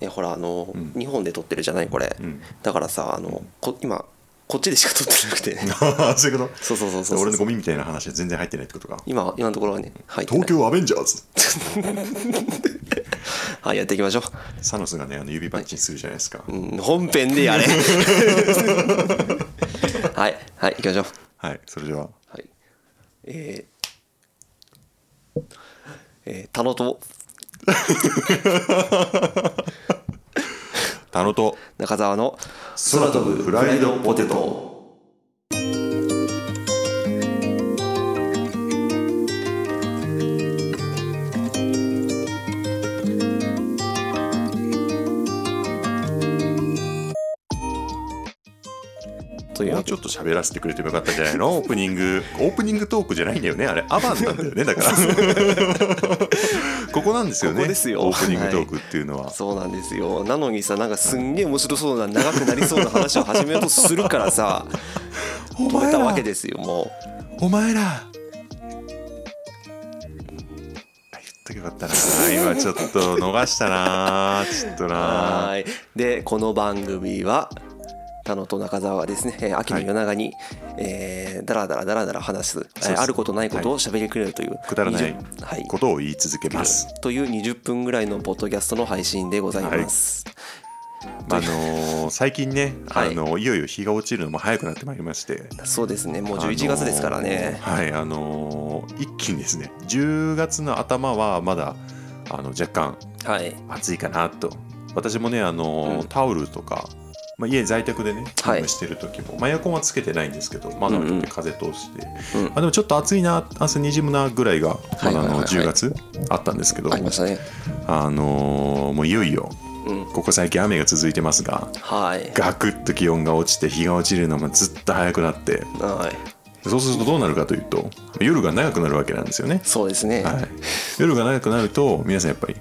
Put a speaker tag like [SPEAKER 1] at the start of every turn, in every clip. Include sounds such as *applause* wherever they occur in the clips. [SPEAKER 1] えほらあの、
[SPEAKER 2] うん
[SPEAKER 1] 日本で撮ってるじゃないこれ、
[SPEAKER 2] うん
[SPEAKER 1] だからさあのこ今こっちでしか撮って *laughs* なくて
[SPEAKER 2] *laughs* そういうこと
[SPEAKER 1] そうそうそうそう
[SPEAKER 2] 俺のゴミみたいな話は全然入ってないってことか
[SPEAKER 1] 今今のところはねはい
[SPEAKER 2] 東京アベンジャーズ
[SPEAKER 1] はいやっていきましょ
[SPEAKER 2] サノスがねあの指パッチンするじゃないですか、
[SPEAKER 1] う、うん、本編でや
[SPEAKER 2] *laughs*
[SPEAKER 1] れはいはい行きましょう
[SPEAKER 2] はいそれでは
[SPEAKER 1] はいえーえー、タロと
[SPEAKER 2] タロと
[SPEAKER 1] 中澤の
[SPEAKER 2] 空飛ぶフライドポテ
[SPEAKER 1] トという
[SPEAKER 2] も
[SPEAKER 1] わ
[SPEAKER 2] う
[SPEAKER 1] け
[SPEAKER 2] ちょっと喋らせてくれてもよかったんじゃないのオープニングオープニングトークじゃないんだよねあれアバンなんだよねだから
[SPEAKER 1] *laughs*
[SPEAKER 2] ここなんですよね
[SPEAKER 1] ここですよ
[SPEAKER 2] オープニングトークっていうのは、
[SPEAKER 1] そうなんですよなのにさなんかすんげえ面白そうな長くなりそうな話を始めようとするからさ
[SPEAKER 2] *laughs* お
[SPEAKER 1] 止め
[SPEAKER 2] 前
[SPEAKER 1] たわけ
[SPEAKER 2] ら
[SPEAKER 1] ですよもう
[SPEAKER 2] お前らあ言っとけばよかったな今ちょっと逃したなちょっと
[SPEAKER 1] *laughs*
[SPEAKER 2] な
[SPEAKER 1] はーいでこの番組は田野と中澤がですねえー秋の夜長に、えーだらだらだらだら話すえー
[SPEAKER 2] そうです
[SPEAKER 1] あることないことを喋りくれるという、
[SPEAKER 2] くだらない
[SPEAKER 1] 20はい、
[SPEAKER 2] ことを言い続けます
[SPEAKER 1] という20分ぐらいのポッドキャストの配信でございます、
[SPEAKER 2] あのー最近ね、
[SPEAKER 1] はい
[SPEAKER 2] い、あのいよいよ日が落ちるのも早くなってまいりまして
[SPEAKER 1] そうですねもう
[SPEAKER 2] あのー
[SPEAKER 1] 11月ですからね、
[SPEAKER 2] はいあのー一気にですね10月の頭はまだあの若干
[SPEAKER 1] はい
[SPEAKER 2] 暑いかなと私もねあのー、
[SPEAKER 1] うん
[SPEAKER 2] タオルとか、まあ、家在宅でね勤務してる時も、まあ、エアコンはつけてないんですけど窓開けて風通して、
[SPEAKER 1] うん
[SPEAKER 2] まあ、でもちょっと暑いな汗にじむなぐらいが、ま
[SPEAKER 1] い
[SPEAKER 2] だ
[SPEAKER 1] は
[SPEAKER 2] あ
[SPEAKER 1] いはいはい
[SPEAKER 2] の10月あったんですけど、
[SPEAKER 1] ありましたね
[SPEAKER 2] あのーもういよいよ
[SPEAKER 1] うん
[SPEAKER 2] ここ最近雨が続いてますが
[SPEAKER 1] はい
[SPEAKER 2] ガクッと気温が落ちて日が落ちるのもずっと早くなって
[SPEAKER 1] はい
[SPEAKER 2] そうするとどうなるかというと夜が長くなるわけなんですよね、
[SPEAKER 1] そうですね
[SPEAKER 2] はい、夜が長くなると皆さんやっぱり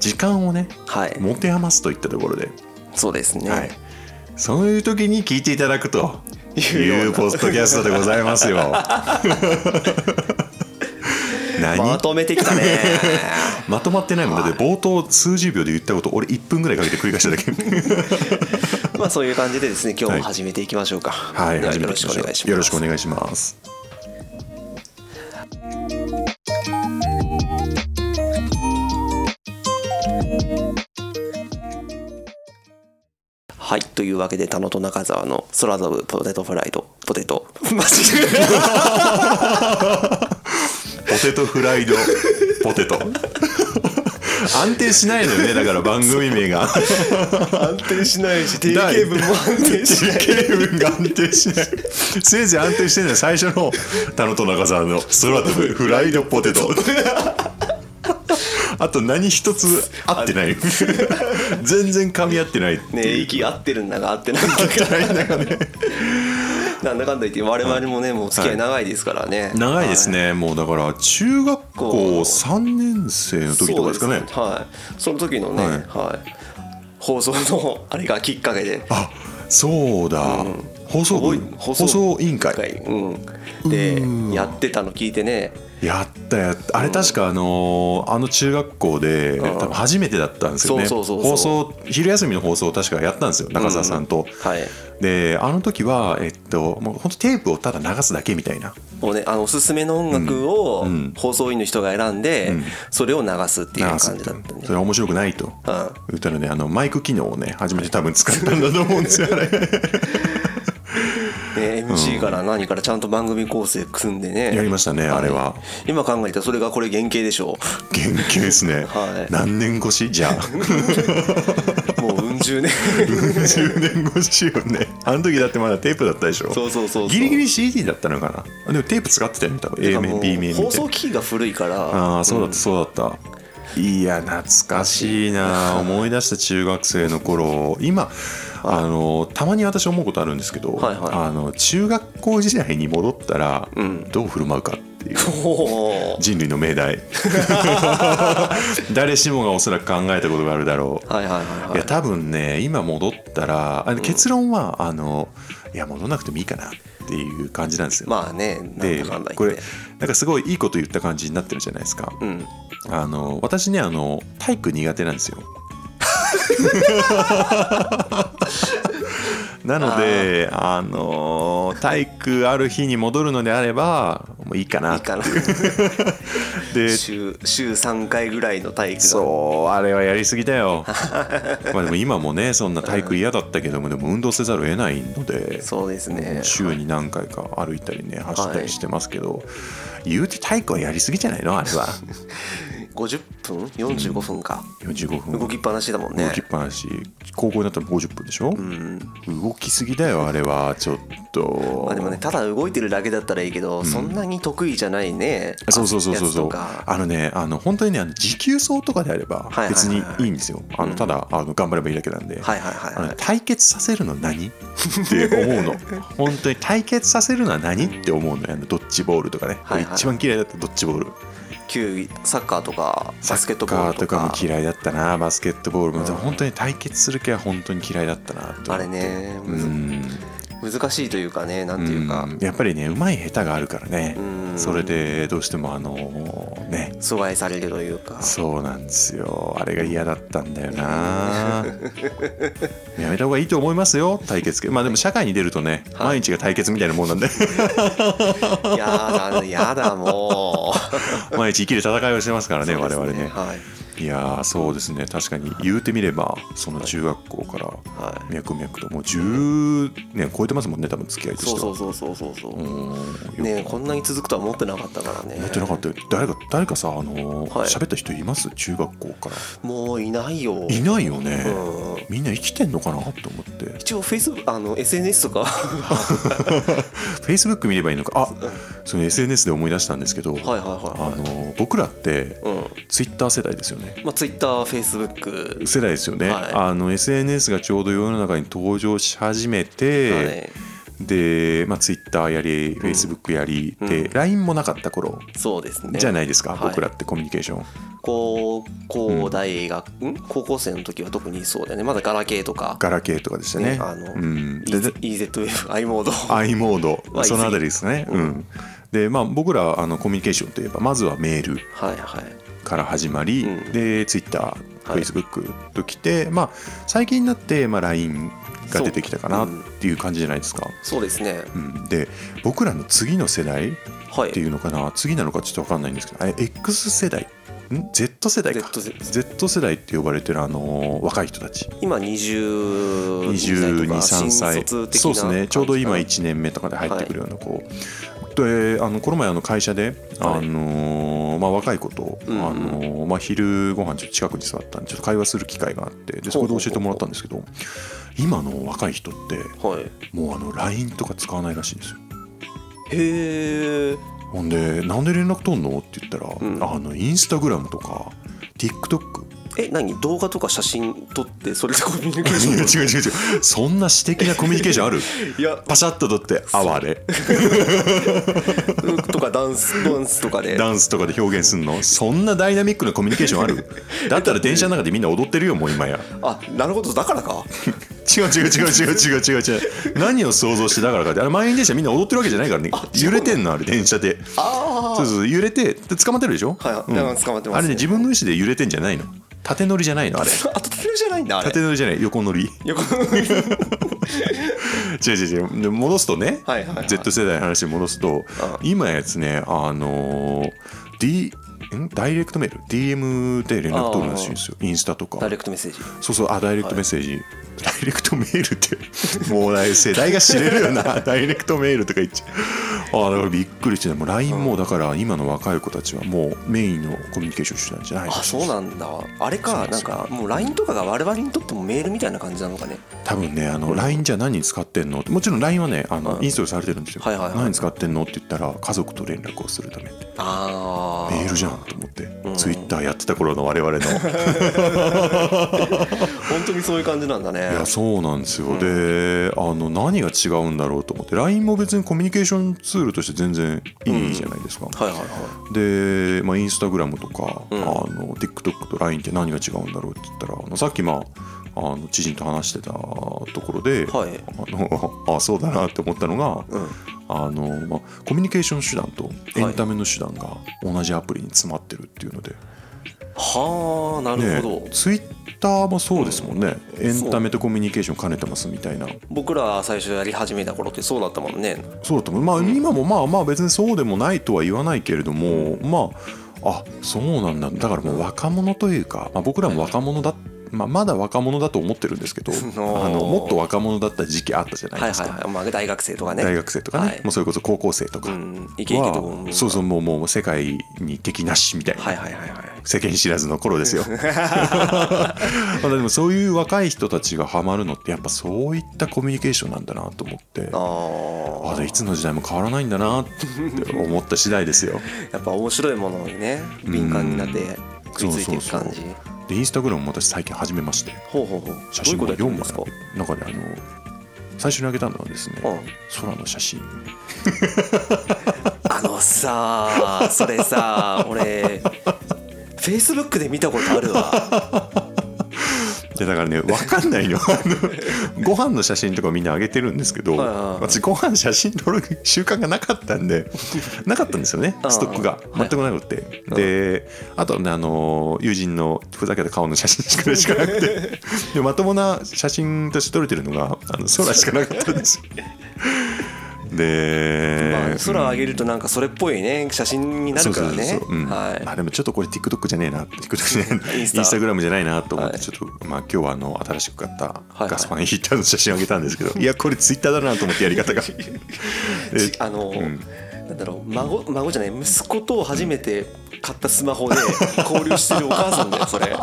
[SPEAKER 2] 時間をね
[SPEAKER 1] はい、
[SPEAKER 2] 持て余すといったところで、
[SPEAKER 1] そうですね、
[SPEAKER 2] はい、そういう時に聞いていただくと
[SPEAKER 1] いう
[SPEAKER 2] い
[SPEAKER 1] よう
[SPEAKER 2] う
[SPEAKER 1] な
[SPEAKER 2] ポッドキャストでございます *laughs* よ何
[SPEAKER 1] まとめてきたね *laughs*
[SPEAKER 2] まとまってないもんだって冒頭数十秒で言ったこと俺1分ぐらいかけて繰り返しただ *laughs* け
[SPEAKER 1] まあそういう感じでですね今日も始めていきましょうか
[SPEAKER 2] はい
[SPEAKER 1] では
[SPEAKER 2] 始め
[SPEAKER 1] よろ
[SPEAKER 2] てい
[SPEAKER 1] し
[SPEAKER 2] き
[SPEAKER 1] くお
[SPEAKER 2] ましょ
[SPEAKER 1] 願いします
[SPEAKER 2] うよろしくお願いします
[SPEAKER 1] はい、というわけで、田野と中澤の空飛ぶポテトフライド、ポテ
[SPEAKER 2] *laughs*
[SPEAKER 1] ト。マジ
[SPEAKER 2] ポテトフライドポテト安定しないのよねだから番組名が
[SPEAKER 1] 安定しないし、定
[SPEAKER 2] 型
[SPEAKER 1] 文も安定しない。
[SPEAKER 2] 定型文が安定しないせいぜい安定してるのは最初の田野と中澤の空飛ぶフライドポテトあと何一つ合ってない全然噛み合ってないって
[SPEAKER 1] ね
[SPEAKER 2] いう
[SPEAKER 1] 息合ってるんだが合
[SPEAKER 2] *laughs*
[SPEAKER 1] ってないんだ
[SPEAKER 2] 合ってないんだかね
[SPEAKER 1] がなんだかんだ言って我々もねもう付き合い長いですからね、
[SPEAKER 2] 長いですね、もうだから中学校3年生の時とかですかね
[SPEAKER 1] そうですはいその時のね、は
[SPEAKER 2] はいい
[SPEAKER 1] 放送のあれがきっかけで
[SPEAKER 2] あそうだ、放送部
[SPEAKER 1] 覚え
[SPEAKER 2] 放送委員会
[SPEAKER 1] うん、でやってたの聞いてね
[SPEAKER 2] やったやったあれ確かあのーあの中学校で多分初めてだったんですよね
[SPEAKER 1] そうそうそう
[SPEAKER 2] 放送昼休みの放送を確かやったんですよ中澤さんと、
[SPEAKER 1] はい
[SPEAKER 2] であの時はえっともう本当テープをただ流すだけみたいな
[SPEAKER 1] もうねあのおすすめの音楽を
[SPEAKER 2] ん
[SPEAKER 1] 放送員の人が選んで、
[SPEAKER 2] ん
[SPEAKER 1] それを流すっていう
[SPEAKER 2] 流す
[SPEAKER 1] 感
[SPEAKER 2] み
[SPEAKER 1] じ
[SPEAKER 2] た
[SPEAKER 1] だ
[SPEAKER 2] い
[SPEAKER 1] っ
[SPEAKER 2] な
[SPEAKER 1] たね
[SPEAKER 2] それは面白くないと
[SPEAKER 1] うん
[SPEAKER 2] 言ったのであのマイク機能をね初めて多分使ったんだと思う
[SPEAKER 1] *laughs*
[SPEAKER 2] んですよあれ
[SPEAKER 1] ね、MC から何からちゃんと番組構成組んでね
[SPEAKER 2] やりましたねあれは
[SPEAKER 1] 今考えたらそれがこれ原型でし
[SPEAKER 2] *laughs*
[SPEAKER 1] ょ
[SPEAKER 2] 研究ですね、
[SPEAKER 1] はい
[SPEAKER 2] 何年越
[SPEAKER 1] *laughs*
[SPEAKER 2] しじゃあ
[SPEAKER 1] うもううん十年
[SPEAKER 2] 10年越しよねあの時だってまだテープだったでしょ
[SPEAKER 1] そうそうそうそう
[SPEAKER 2] ギリギリ CD だったのかなあでもテープ使ってたよね多分 A
[SPEAKER 1] も
[SPEAKER 2] 面
[SPEAKER 1] う
[SPEAKER 2] B 面みた
[SPEAKER 1] 放
[SPEAKER 2] いな
[SPEAKER 1] 送機器が古いから
[SPEAKER 2] ああそうだったそうだったいや懐かしいな思い出した中学生の頃今あのたまに私思うことあるんですけど、
[SPEAKER 1] はいはい
[SPEAKER 2] あの中学校時代に戻ったら、
[SPEAKER 1] ん
[SPEAKER 2] どう振る舞うかっていう
[SPEAKER 1] おー
[SPEAKER 2] 人類の
[SPEAKER 1] *laughs*
[SPEAKER 2] 命題誰しもがおそらく考えたことがあるだろ
[SPEAKER 1] *laughs*
[SPEAKER 2] う
[SPEAKER 1] はいはいはい
[SPEAKER 2] い
[SPEAKER 1] は
[SPEAKER 2] や多分ね今戻ったらあの結論は、あのいや戻らなくてもいいかなっていう感じなんで
[SPEAKER 1] い
[SPEAKER 2] すよ。
[SPEAKER 1] まあねなん
[SPEAKER 2] で
[SPEAKER 1] だかんだ
[SPEAKER 2] こ
[SPEAKER 1] 言っ
[SPEAKER 2] れ
[SPEAKER 1] て
[SPEAKER 2] なんかすごいいいこと言った感じになってるじゃないですか。
[SPEAKER 1] うん *laughs*
[SPEAKER 2] あの私ねあの体育苦手なんですよ。なのであのー体育ある日に戻るのであればもういいか
[SPEAKER 1] い
[SPEAKER 2] ない
[SPEAKER 1] かな *laughs*
[SPEAKER 2] で
[SPEAKER 1] 週週3回ぐらいの体育が
[SPEAKER 2] そうあれはやりすぎ
[SPEAKER 1] *laughs*
[SPEAKER 2] だよまあでも今もねそんな体育嫌だったけどもでも運動せざるを得ないので
[SPEAKER 1] そうですね
[SPEAKER 2] 週に何回か歩いたりね走ったりしてますけど、言うて体育はやりすぎじゃないのあれは
[SPEAKER 1] 50分45分か、
[SPEAKER 2] 45分
[SPEAKER 1] 動きっぱなしだもんね
[SPEAKER 2] 動きっぱなし高校になったら50分でしょ、動きすぎだよあれはちょっと、
[SPEAKER 1] まあでもねただ動いてるだけだったらいいけど、そんなに得意じゃないね
[SPEAKER 2] そうそうそうそう
[SPEAKER 1] やつ
[SPEAKER 2] そ
[SPEAKER 1] と
[SPEAKER 2] う
[SPEAKER 1] か
[SPEAKER 2] あのねあの本当にねあの持久走とかであれば
[SPEAKER 1] はいはいはい
[SPEAKER 2] 別にいいんですよ、あのただあの頑張ればいいだけなんで、
[SPEAKER 1] はいはいはい
[SPEAKER 2] あ
[SPEAKER 1] はい
[SPEAKER 2] の対決させるの何って思う
[SPEAKER 1] *laughs*
[SPEAKER 2] の本当に対決させるのは何って思うのよあのドッジボールとかね、
[SPEAKER 1] はいはい
[SPEAKER 2] 一番嫌いだったドッジボール
[SPEAKER 1] 球技サッカーとかバスケットボールと
[SPEAKER 2] サッカー
[SPEAKER 1] か
[SPEAKER 2] とかも嫌いだったなバスケットボールも、でも本当に対決する気は本当に嫌いだったなと
[SPEAKER 1] あれね、
[SPEAKER 2] う
[SPEAKER 1] むず
[SPEAKER 2] ん
[SPEAKER 1] 難しいというかねなんていうか、
[SPEAKER 2] んやっぱりねうまい下手があるからね
[SPEAKER 1] うん
[SPEAKER 2] それでどうしてもあのーね
[SPEAKER 1] 阻害されるというか
[SPEAKER 2] そうなんですよあれが嫌だったんだ
[SPEAKER 1] *laughs*
[SPEAKER 2] よなやめた方がいいと思いますよ対決系まあでも社会に出るとね、
[SPEAKER 1] はい
[SPEAKER 2] 毎日が対決みたいなもん
[SPEAKER 1] *laughs*
[SPEAKER 2] なんで
[SPEAKER 1] やだやだもう
[SPEAKER 2] 毎日生きる戦いをしてますからね
[SPEAKER 1] そう
[SPEAKER 2] 我
[SPEAKER 1] です
[SPEAKER 2] 々ね、
[SPEAKER 1] はい
[SPEAKER 2] いやーそうですね確かに言うてみればその中学校から
[SPEAKER 1] はい
[SPEAKER 2] 脈々ともう10年超えてますもんね多分付き合いとして
[SPEAKER 1] そ
[SPEAKER 2] は
[SPEAKER 1] うそうそうそうそうそう、
[SPEAKER 2] うんよ
[SPEAKER 1] ね
[SPEAKER 2] く
[SPEAKER 1] こんなに続くとは思ってなかったからね
[SPEAKER 2] 思ってなかったよ誰か誰かさあのー
[SPEAKER 1] はい
[SPEAKER 2] 喋、った人います中学校から
[SPEAKER 1] もういないよ
[SPEAKER 2] いないよね、
[SPEAKER 1] うん
[SPEAKER 2] みんな生きてんのかなと思って
[SPEAKER 1] 一応フェイスあの SNS とか
[SPEAKER 2] Facebook 見ればいいのかあその SNS で思い出したんですけど、
[SPEAKER 1] はいはいは
[SPEAKER 2] あの僕らって
[SPEAKER 1] いはい、うん
[SPEAKER 2] Twitter 世代ですよね
[SPEAKER 1] まあ、ツイッター、フェイスブック、
[SPEAKER 2] 世代ですよね、
[SPEAKER 1] はい
[SPEAKER 2] あの SNS がちょうど世の中に登場し始めて、
[SPEAKER 1] はい、
[SPEAKER 2] で、まあ、Twitter やり Facebook やり、
[SPEAKER 1] うん
[SPEAKER 2] で LINE もなかった頃
[SPEAKER 1] そうですね。
[SPEAKER 2] じゃないですか、
[SPEAKER 1] はい
[SPEAKER 2] 僕らってコミュニケーション
[SPEAKER 1] 高校、大学、ん高校生の時は特にそうだよね。まだガラケーとか、
[SPEAKER 2] ガラケーとかでしたね
[SPEAKER 1] ねあの
[SPEAKER 2] うん、で *laughs*
[SPEAKER 1] EZF、i モード。
[SPEAKER 2] i モード、
[SPEAKER 1] まあ
[SPEAKER 2] そのあたりですね、
[SPEAKER 1] う
[SPEAKER 2] うんんでまあ、僕らあのコミュニケーションといえばまずはメール
[SPEAKER 1] はいはい。
[SPEAKER 2] から始まり、
[SPEAKER 1] うん
[SPEAKER 2] で TwitterFacebook、
[SPEAKER 1] はい
[SPEAKER 2] Facebook ときて、まあ、最近になって、まあ、LINE が出てきたかなっていう感じじゃないですか、
[SPEAKER 1] そうですね。
[SPEAKER 2] うんで僕らの次の世代っ
[SPEAKER 1] はい。
[SPEAKER 2] ていうのかな次なのかちょっと分かんないんですけどあれ X 世代ん Z 世代か
[SPEAKER 1] Z 世
[SPEAKER 2] Z 世代って呼ばれてる、あのー若い人たち
[SPEAKER 1] 今22歳と
[SPEAKER 2] 22、
[SPEAKER 1] か
[SPEAKER 2] 3
[SPEAKER 1] 新卒
[SPEAKER 2] 歳。
[SPEAKER 1] 的な
[SPEAKER 2] そうですね。ちょうど今
[SPEAKER 1] 感じ
[SPEAKER 2] 1年目とかで入ってくるような子。で、あのこの前あの会社で、
[SPEAKER 1] はい
[SPEAKER 2] あのーまあ若い子と、
[SPEAKER 1] うんうん
[SPEAKER 2] あのーまあ昼ご飯ちょっと近くに座ったんでちょっと会話する機会があって、でそこで教えてもらったんですけど、今の若い人って
[SPEAKER 1] かはい。
[SPEAKER 2] もうあの LINE とか使わないらしいんですよ。
[SPEAKER 1] へえ。
[SPEAKER 2] ほんでなんで連絡取んのって言ったら、
[SPEAKER 1] ん
[SPEAKER 2] あのインスタグラムとか TikTok
[SPEAKER 1] え、何動画とか写真撮って、それでコミュニケーシ
[SPEAKER 2] 違う
[SPEAKER 1] ョン
[SPEAKER 2] 違う違う違うそんな私的なコミュニケー
[SPEAKER 1] *laughs*
[SPEAKER 2] ションある
[SPEAKER 1] いや、
[SPEAKER 2] パシャッと取って哀れ
[SPEAKER 1] とかダンス、ダンスとかで。
[SPEAKER 2] ダンスとかで表現するのそんなダイナミックなコミュニケーション
[SPEAKER 1] *laughs*
[SPEAKER 2] あるだったら電車の中でみんな踊ってるよもう今や
[SPEAKER 1] あ、なるほど、だからか。
[SPEAKER 2] 違う違う違う違う違う違う違う何を想像してだからかってあれ満員電車みんな踊ってるわけじゃないからね揺れてんのあれ電車で
[SPEAKER 1] あ
[SPEAKER 2] そうそう揺れてで捕まってるでしょ
[SPEAKER 1] はいはい
[SPEAKER 2] ん
[SPEAKER 1] だから捕まってますね
[SPEAKER 2] あれね自分の意思で揺れてんじゃないの縦乗りじゃないのあれ
[SPEAKER 1] *laughs* あ、あとてるじゃないんだ、あれ
[SPEAKER 2] 縦。乗りじゃない横乗り
[SPEAKER 1] よく
[SPEAKER 2] 違う違う違うで戻すとね、
[SPEAKER 1] はいはいはい
[SPEAKER 2] Z 世代の話に戻すと今やつねあのー D んダイレクトメール DM で連絡取るらしいんですよインスタとか
[SPEAKER 1] ダイレクトメッセージ。
[SPEAKER 2] そうそうあダイレクトメッセージ、ダイレクトメールってもうね世代が知れる
[SPEAKER 1] *laughs*
[SPEAKER 2] よなダイレクトメールとか言っちゃうあだからびっくりしてねもう LINE もだから今の若い子たちはもうメインのコミュニケーション手段じゃない
[SPEAKER 1] あ、そうなんだ。あれか、なんか、もう LINE とかが我々にとってもメールみたいな感じなのかね。
[SPEAKER 2] 多分ねあの LINE じゃ何に使ってんのってもちろん LINE はねあのインストールされてるんですよ、
[SPEAKER 1] はいはいはい
[SPEAKER 2] 何に使ってんのって言ったら家族と連絡をするためって
[SPEAKER 1] あ
[SPEAKER 2] メール
[SPEAKER 1] あ。
[SPEAKER 2] じゃんと思って、ツイッターやってた頃の我々の
[SPEAKER 1] 本当にそういう感じなんだね。
[SPEAKER 2] いやそうなんですよ、であの何が違うんだろうと思って LINE も別にコミュニケーションツールとして全然いいじゃないですか、
[SPEAKER 1] はいはいは
[SPEAKER 2] で、まあ、インスタグラムとか、
[SPEAKER 1] うん
[SPEAKER 2] あの TikTok と LINE って何が違うんだろうって言ったらあのさっき、まあ、あの知人と話してたところで、
[SPEAKER 1] はい
[SPEAKER 2] あの *laughs* あそうだなって思ったのが、
[SPEAKER 1] うん
[SPEAKER 2] あのまあ、コミュニケーション手段とエンタメの手段が同じアプリに詰まってるっていうので、
[SPEAKER 1] い。はあなるほど、
[SPEAKER 2] ねツイッターもそうですもんね、エンタメとコミュニケーション兼ねてますみたいな
[SPEAKER 1] 僕ら最初やり始めた頃ってそうだったもんね
[SPEAKER 2] そうだと思うまあ、
[SPEAKER 1] ん
[SPEAKER 2] 今もまあまあ別にそうでもないとは言わないけれどもまああそうなんだだからもう若者というか、まあ、僕らも若者だ、まあ、まだ若者だと思ってるんですけ
[SPEAKER 1] *laughs*
[SPEAKER 2] ど
[SPEAKER 1] ー
[SPEAKER 2] あのもっと若者だった時期あったじゃない
[SPEAKER 1] はい
[SPEAKER 2] です
[SPEAKER 1] は
[SPEAKER 2] か、
[SPEAKER 1] いはい、まあ、大学生とかね
[SPEAKER 2] 大学生とかね、
[SPEAKER 1] はい
[SPEAKER 2] もうそれこそ高校生とか
[SPEAKER 1] う
[SPEAKER 2] は、
[SPEAKER 1] んイケイケとかも
[SPEAKER 2] そうそうもうもう世界に敵なしみたいな、
[SPEAKER 1] はいはいはいはい
[SPEAKER 2] 世間知らずの
[SPEAKER 1] *laughs*
[SPEAKER 2] 頃ですよ *laughs* まあでもそういう若い人たちがハマるのってやっぱそういったコミュニケーションなんだなと思って
[SPEAKER 1] あ
[SPEAKER 2] あ
[SPEAKER 1] ー
[SPEAKER 2] でいつの時代も変わらないんだなって思った次第ですよ。
[SPEAKER 1] やっぱ面白いものにね敏感になって食いついていく感じ
[SPEAKER 2] そうでインスタグラムも私最近始めまして
[SPEAKER 1] ほうほうほう
[SPEAKER 2] 写真も
[SPEAKER 1] どう
[SPEAKER 2] 4
[SPEAKER 1] いう
[SPEAKER 2] 枚
[SPEAKER 1] ことやってるんで
[SPEAKER 2] なんかねあの最初にあげたのはですね、
[SPEAKER 1] うん
[SPEAKER 2] 空の写真
[SPEAKER 1] すかあのさそれさ俺フェイスブックで見たことあるわ
[SPEAKER 2] でだからね分かんないの *laughs* あのご飯の写真とかみんなあげてるんですけ
[SPEAKER 1] は
[SPEAKER 2] ど
[SPEAKER 1] いはいはい
[SPEAKER 2] 私ご飯写真撮る習慣がなかったん *laughs* でなかったんですよね
[SPEAKER 1] ああ
[SPEAKER 2] ストックが
[SPEAKER 1] は
[SPEAKER 2] 全
[SPEAKER 1] い
[SPEAKER 2] くなくて、であとねあの友人のふざけた顔の写真しかしかなく *laughs* てでまともな写真として撮れてるのがあの空しかなかったん *laughs* ですよで、
[SPEAKER 1] まあ空を上
[SPEAKER 2] げ
[SPEAKER 1] げるとなんかそれっぽいね写真になるから
[SPEAKER 2] そう
[SPEAKER 1] ね
[SPEAKER 2] そうそううんま
[SPEAKER 1] は
[SPEAKER 2] あでもちょっとこれ TikTok じゃねえな TikTok じゃねえ
[SPEAKER 1] インスタ
[SPEAKER 2] *laughs* インスタグラムじゃないなと思っ
[SPEAKER 1] は
[SPEAKER 2] て
[SPEAKER 1] い
[SPEAKER 2] ちょっと、まあ今日はあの新しく買った
[SPEAKER 1] はい
[SPEAKER 2] ガスパンヒーターの写真をあげたんですけど、 *laughs* いやこれツイッターだなと思ってやり方が
[SPEAKER 1] い
[SPEAKER 2] で
[SPEAKER 1] ちあの
[SPEAKER 2] うん
[SPEAKER 1] なんだろう孫孫じゃない息子と初めて買ったスマホで交流してるお母さんだよそ
[SPEAKER 2] *laughs*
[SPEAKER 1] れ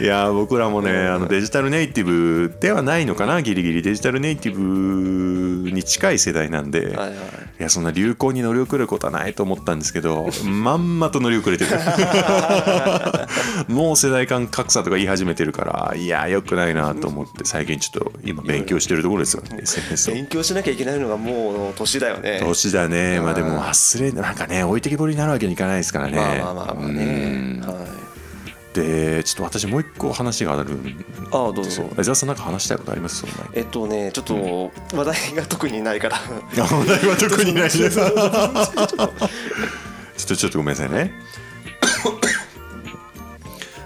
[SPEAKER 2] いや僕らもね
[SPEAKER 1] うん
[SPEAKER 2] あのデジタルネイティブではないのかなギリギリデジタルネイティブに近い世代なんで、
[SPEAKER 1] はい
[SPEAKER 2] い、
[SPEAKER 1] はい
[SPEAKER 2] やそんな流行に乗り遅れることはないと思ったんです
[SPEAKER 1] *laughs*
[SPEAKER 2] けどまんまと乗り遅れてるもう世代間格差とか言い始めてるからいやよくないなと思って最近ちょっと今勉強してるところですよ SNS を。
[SPEAKER 1] 勉強しなきゃいけないのがもう年だよね
[SPEAKER 2] 年だね、まあで
[SPEAKER 1] うん
[SPEAKER 2] も忘れなんかね置いてきぼりになるわけにいかないですからね。
[SPEAKER 1] まあまあまあまあね
[SPEAKER 2] うん
[SPEAKER 1] はい
[SPEAKER 2] でちょっと私もう一個話があるんですよ
[SPEAKER 1] ああどうぞ
[SPEAKER 2] 江澤さんなんか話したいことありますその *laughs* 前に
[SPEAKER 1] えっとねちょっと話題が特にないから *laughs*
[SPEAKER 2] 話題は特にないです *laughs* ちょっとちょっとごめんなさいね *coughs*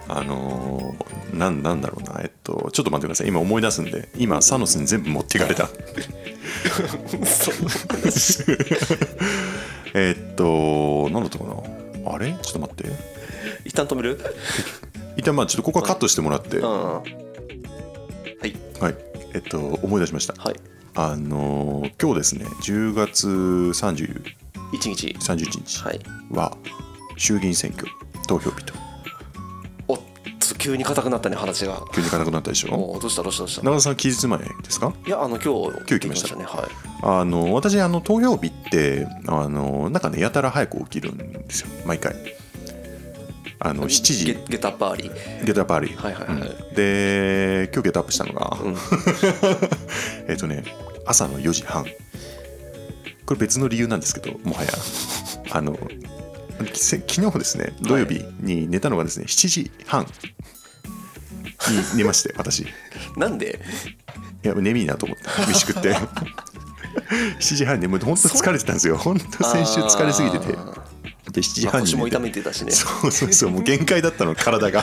[SPEAKER 2] あのーなんなんだろうなえっとちょっと待ってください今思い出すんで今サノスに全部持っていかれた *laughs*
[SPEAKER 1] そう
[SPEAKER 2] えっとなんだったかなあれちょっと待って
[SPEAKER 1] 一旦止める
[SPEAKER 2] 一旦まあちょっとここはカットしてもらって、
[SPEAKER 1] うん
[SPEAKER 2] は
[SPEAKER 1] はい
[SPEAKER 2] いえっと思い出しました
[SPEAKER 1] はい
[SPEAKER 2] あのー今日ですね10月30
[SPEAKER 1] 1日
[SPEAKER 2] 31日
[SPEAKER 1] はい
[SPEAKER 2] は衆議院選挙投票日と
[SPEAKER 1] おっと急に硬くなったね話が
[SPEAKER 2] 急に行かなくなったでしょ
[SPEAKER 1] おーどうしたどうしたどうした
[SPEAKER 2] 中田さん期日前ですか
[SPEAKER 1] いやあの今日
[SPEAKER 2] 今日来ました
[SPEAKER 1] ねはい
[SPEAKER 2] あの私あの投票日ってあのなんかねやたら早く起きるんですよ毎回あの7時
[SPEAKER 1] ゲゲタパーリー
[SPEAKER 2] ゲットアップあり、
[SPEAKER 1] はいはいはい
[SPEAKER 2] うんで今日ゲットアップしたのが、
[SPEAKER 1] うん
[SPEAKER 2] *laughs* えっとね朝の4時半これ別の理由なんですけども
[SPEAKER 1] *laughs*
[SPEAKER 2] はやあのせ昨日ですね土曜日に寝たのがですね7時半に寝まして
[SPEAKER 1] *laughs*
[SPEAKER 2] 私い
[SPEAKER 1] なんで
[SPEAKER 2] や眠いなと思って飯食って
[SPEAKER 1] *laughs*
[SPEAKER 2] 7時半にもう本当疲れてたんですよ本当 *laughs* 先週疲れすぎててで
[SPEAKER 1] あーま
[SPEAKER 2] 7時
[SPEAKER 1] あ
[SPEAKER 2] 半に
[SPEAKER 1] 腰も
[SPEAKER 2] 寝て
[SPEAKER 1] 痛めてたしね
[SPEAKER 2] そうそうそう、もう限界だったの、
[SPEAKER 1] *laughs*
[SPEAKER 2] 体が。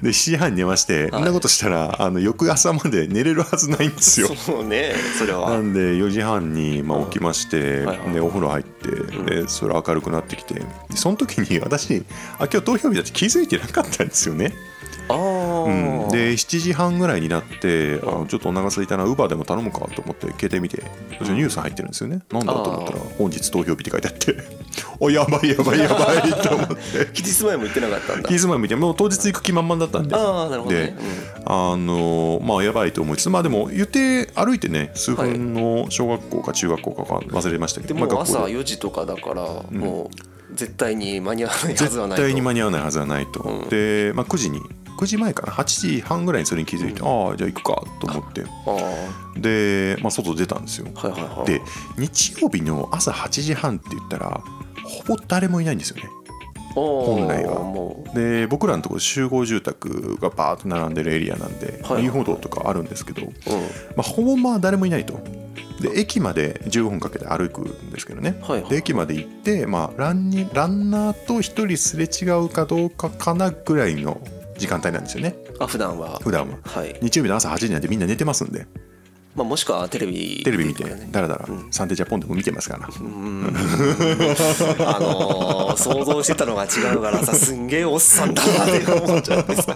[SPEAKER 2] で、7時半に寝まして、そんなことしたら、あの翌朝まで寝れるはずないんですよ。
[SPEAKER 1] *laughs* そうねそれ
[SPEAKER 2] な
[SPEAKER 1] は
[SPEAKER 2] んで4時半にまあ起きまして、
[SPEAKER 1] はいはい
[SPEAKER 2] でお風呂入って、でそれ明るくなってきてでその時に私あ今日投票日だって気づいてなかったんですよね、
[SPEAKER 1] あ
[SPEAKER 2] うん
[SPEAKER 1] あ
[SPEAKER 2] で7時半ぐらいになってあちょっとお腹空いたなウーバーでも頼むかと思って携帯見てそしたらニュース入ってるんですよね、なんだと思ったら
[SPEAKER 1] あ
[SPEAKER 2] 本日投票日って書いてあって *laughs* おやばいやばいやばいと思って
[SPEAKER 1] 期日前も言ってなかったんだ
[SPEAKER 2] キーズマン見てもう当日行く気満々だったんで。
[SPEAKER 1] ああなるほど
[SPEAKER 2] で
[SPEAKER 1] ね、
[SPEAKER 2] あのーまあやばいと思いつつまあでも言って歩いてね数分の小学校か中学校かか忘れましたけ
[SPEAKER 1] で
[SPEAKER 2] ど、
[SPEAKER 1] も
[SPEAKER 2] まあ学
[SPEAKER 1] 朝
[SPEAKER 2] 校で
[SPEAKER 1] 4時とかだから、もう絶対に間に合わないはずは
[SPEAKER 2] 絶
[SPEAKER 1] ないと
[SPEAKER 2] 対に間に合わないはずはないと、
[SPEAKER 1] うん
[SPEAKER 2] で、まあ、9時に9時前かな8時半ぐらいにそれに気づいて、ああじゃあ行くかと思って
[SPEAKER 1] ああ
[SPEAKER 2] で、まあ、外出たんですよ
[SPEAKER 1] はいはいはい
[SPEAKER 2] で日曜日の朝8時半って言ったらほぼ誰もいないんですよね
[SPEAKER 1] 本
[SPEAKER 2] 来は
[SPEAKER 1] も
[SPEAKER 2] で僕らのところ集合住宅がバーッと並んでるエリアなんで
[SPEAKER 1] はいはい
[SPEAKER 2] 遊歩道とかあるんですけど、
[SPEAKER 1] う、うん、
[SPEAKER 2] まあ、ほぼまあ誰もいないと。で駅まで15分かけて歩くんですけどね、
[SPEAKER 1] はいはい
[SPEAKER 2] で駅まで行って、まあ、ランにランナーと一人すれ違うかどうかかなぐらいの時間帯なんですよね
[SPEAKER 1] あ普段は
[SPEAKER 2] 普段は
[SPEAKER 1] はい、
[SPEAKER 2] 日曜日の朝8時なんてみんな寝てますんで
[SPEAKER 1] まあ、もしくはテレビ
[SPEAKER 2] テレビ見て
[SPEAKER 1] とかね
[SPEAKER 2] ダラダラ
[SPEAKER 1] うん
[SPEAKER 2] サンデージャポンでも見てますから
[SPEAKER 1] うーんあのー想像してたのが違うからさすんげえおっさんだなって思っちゃうんです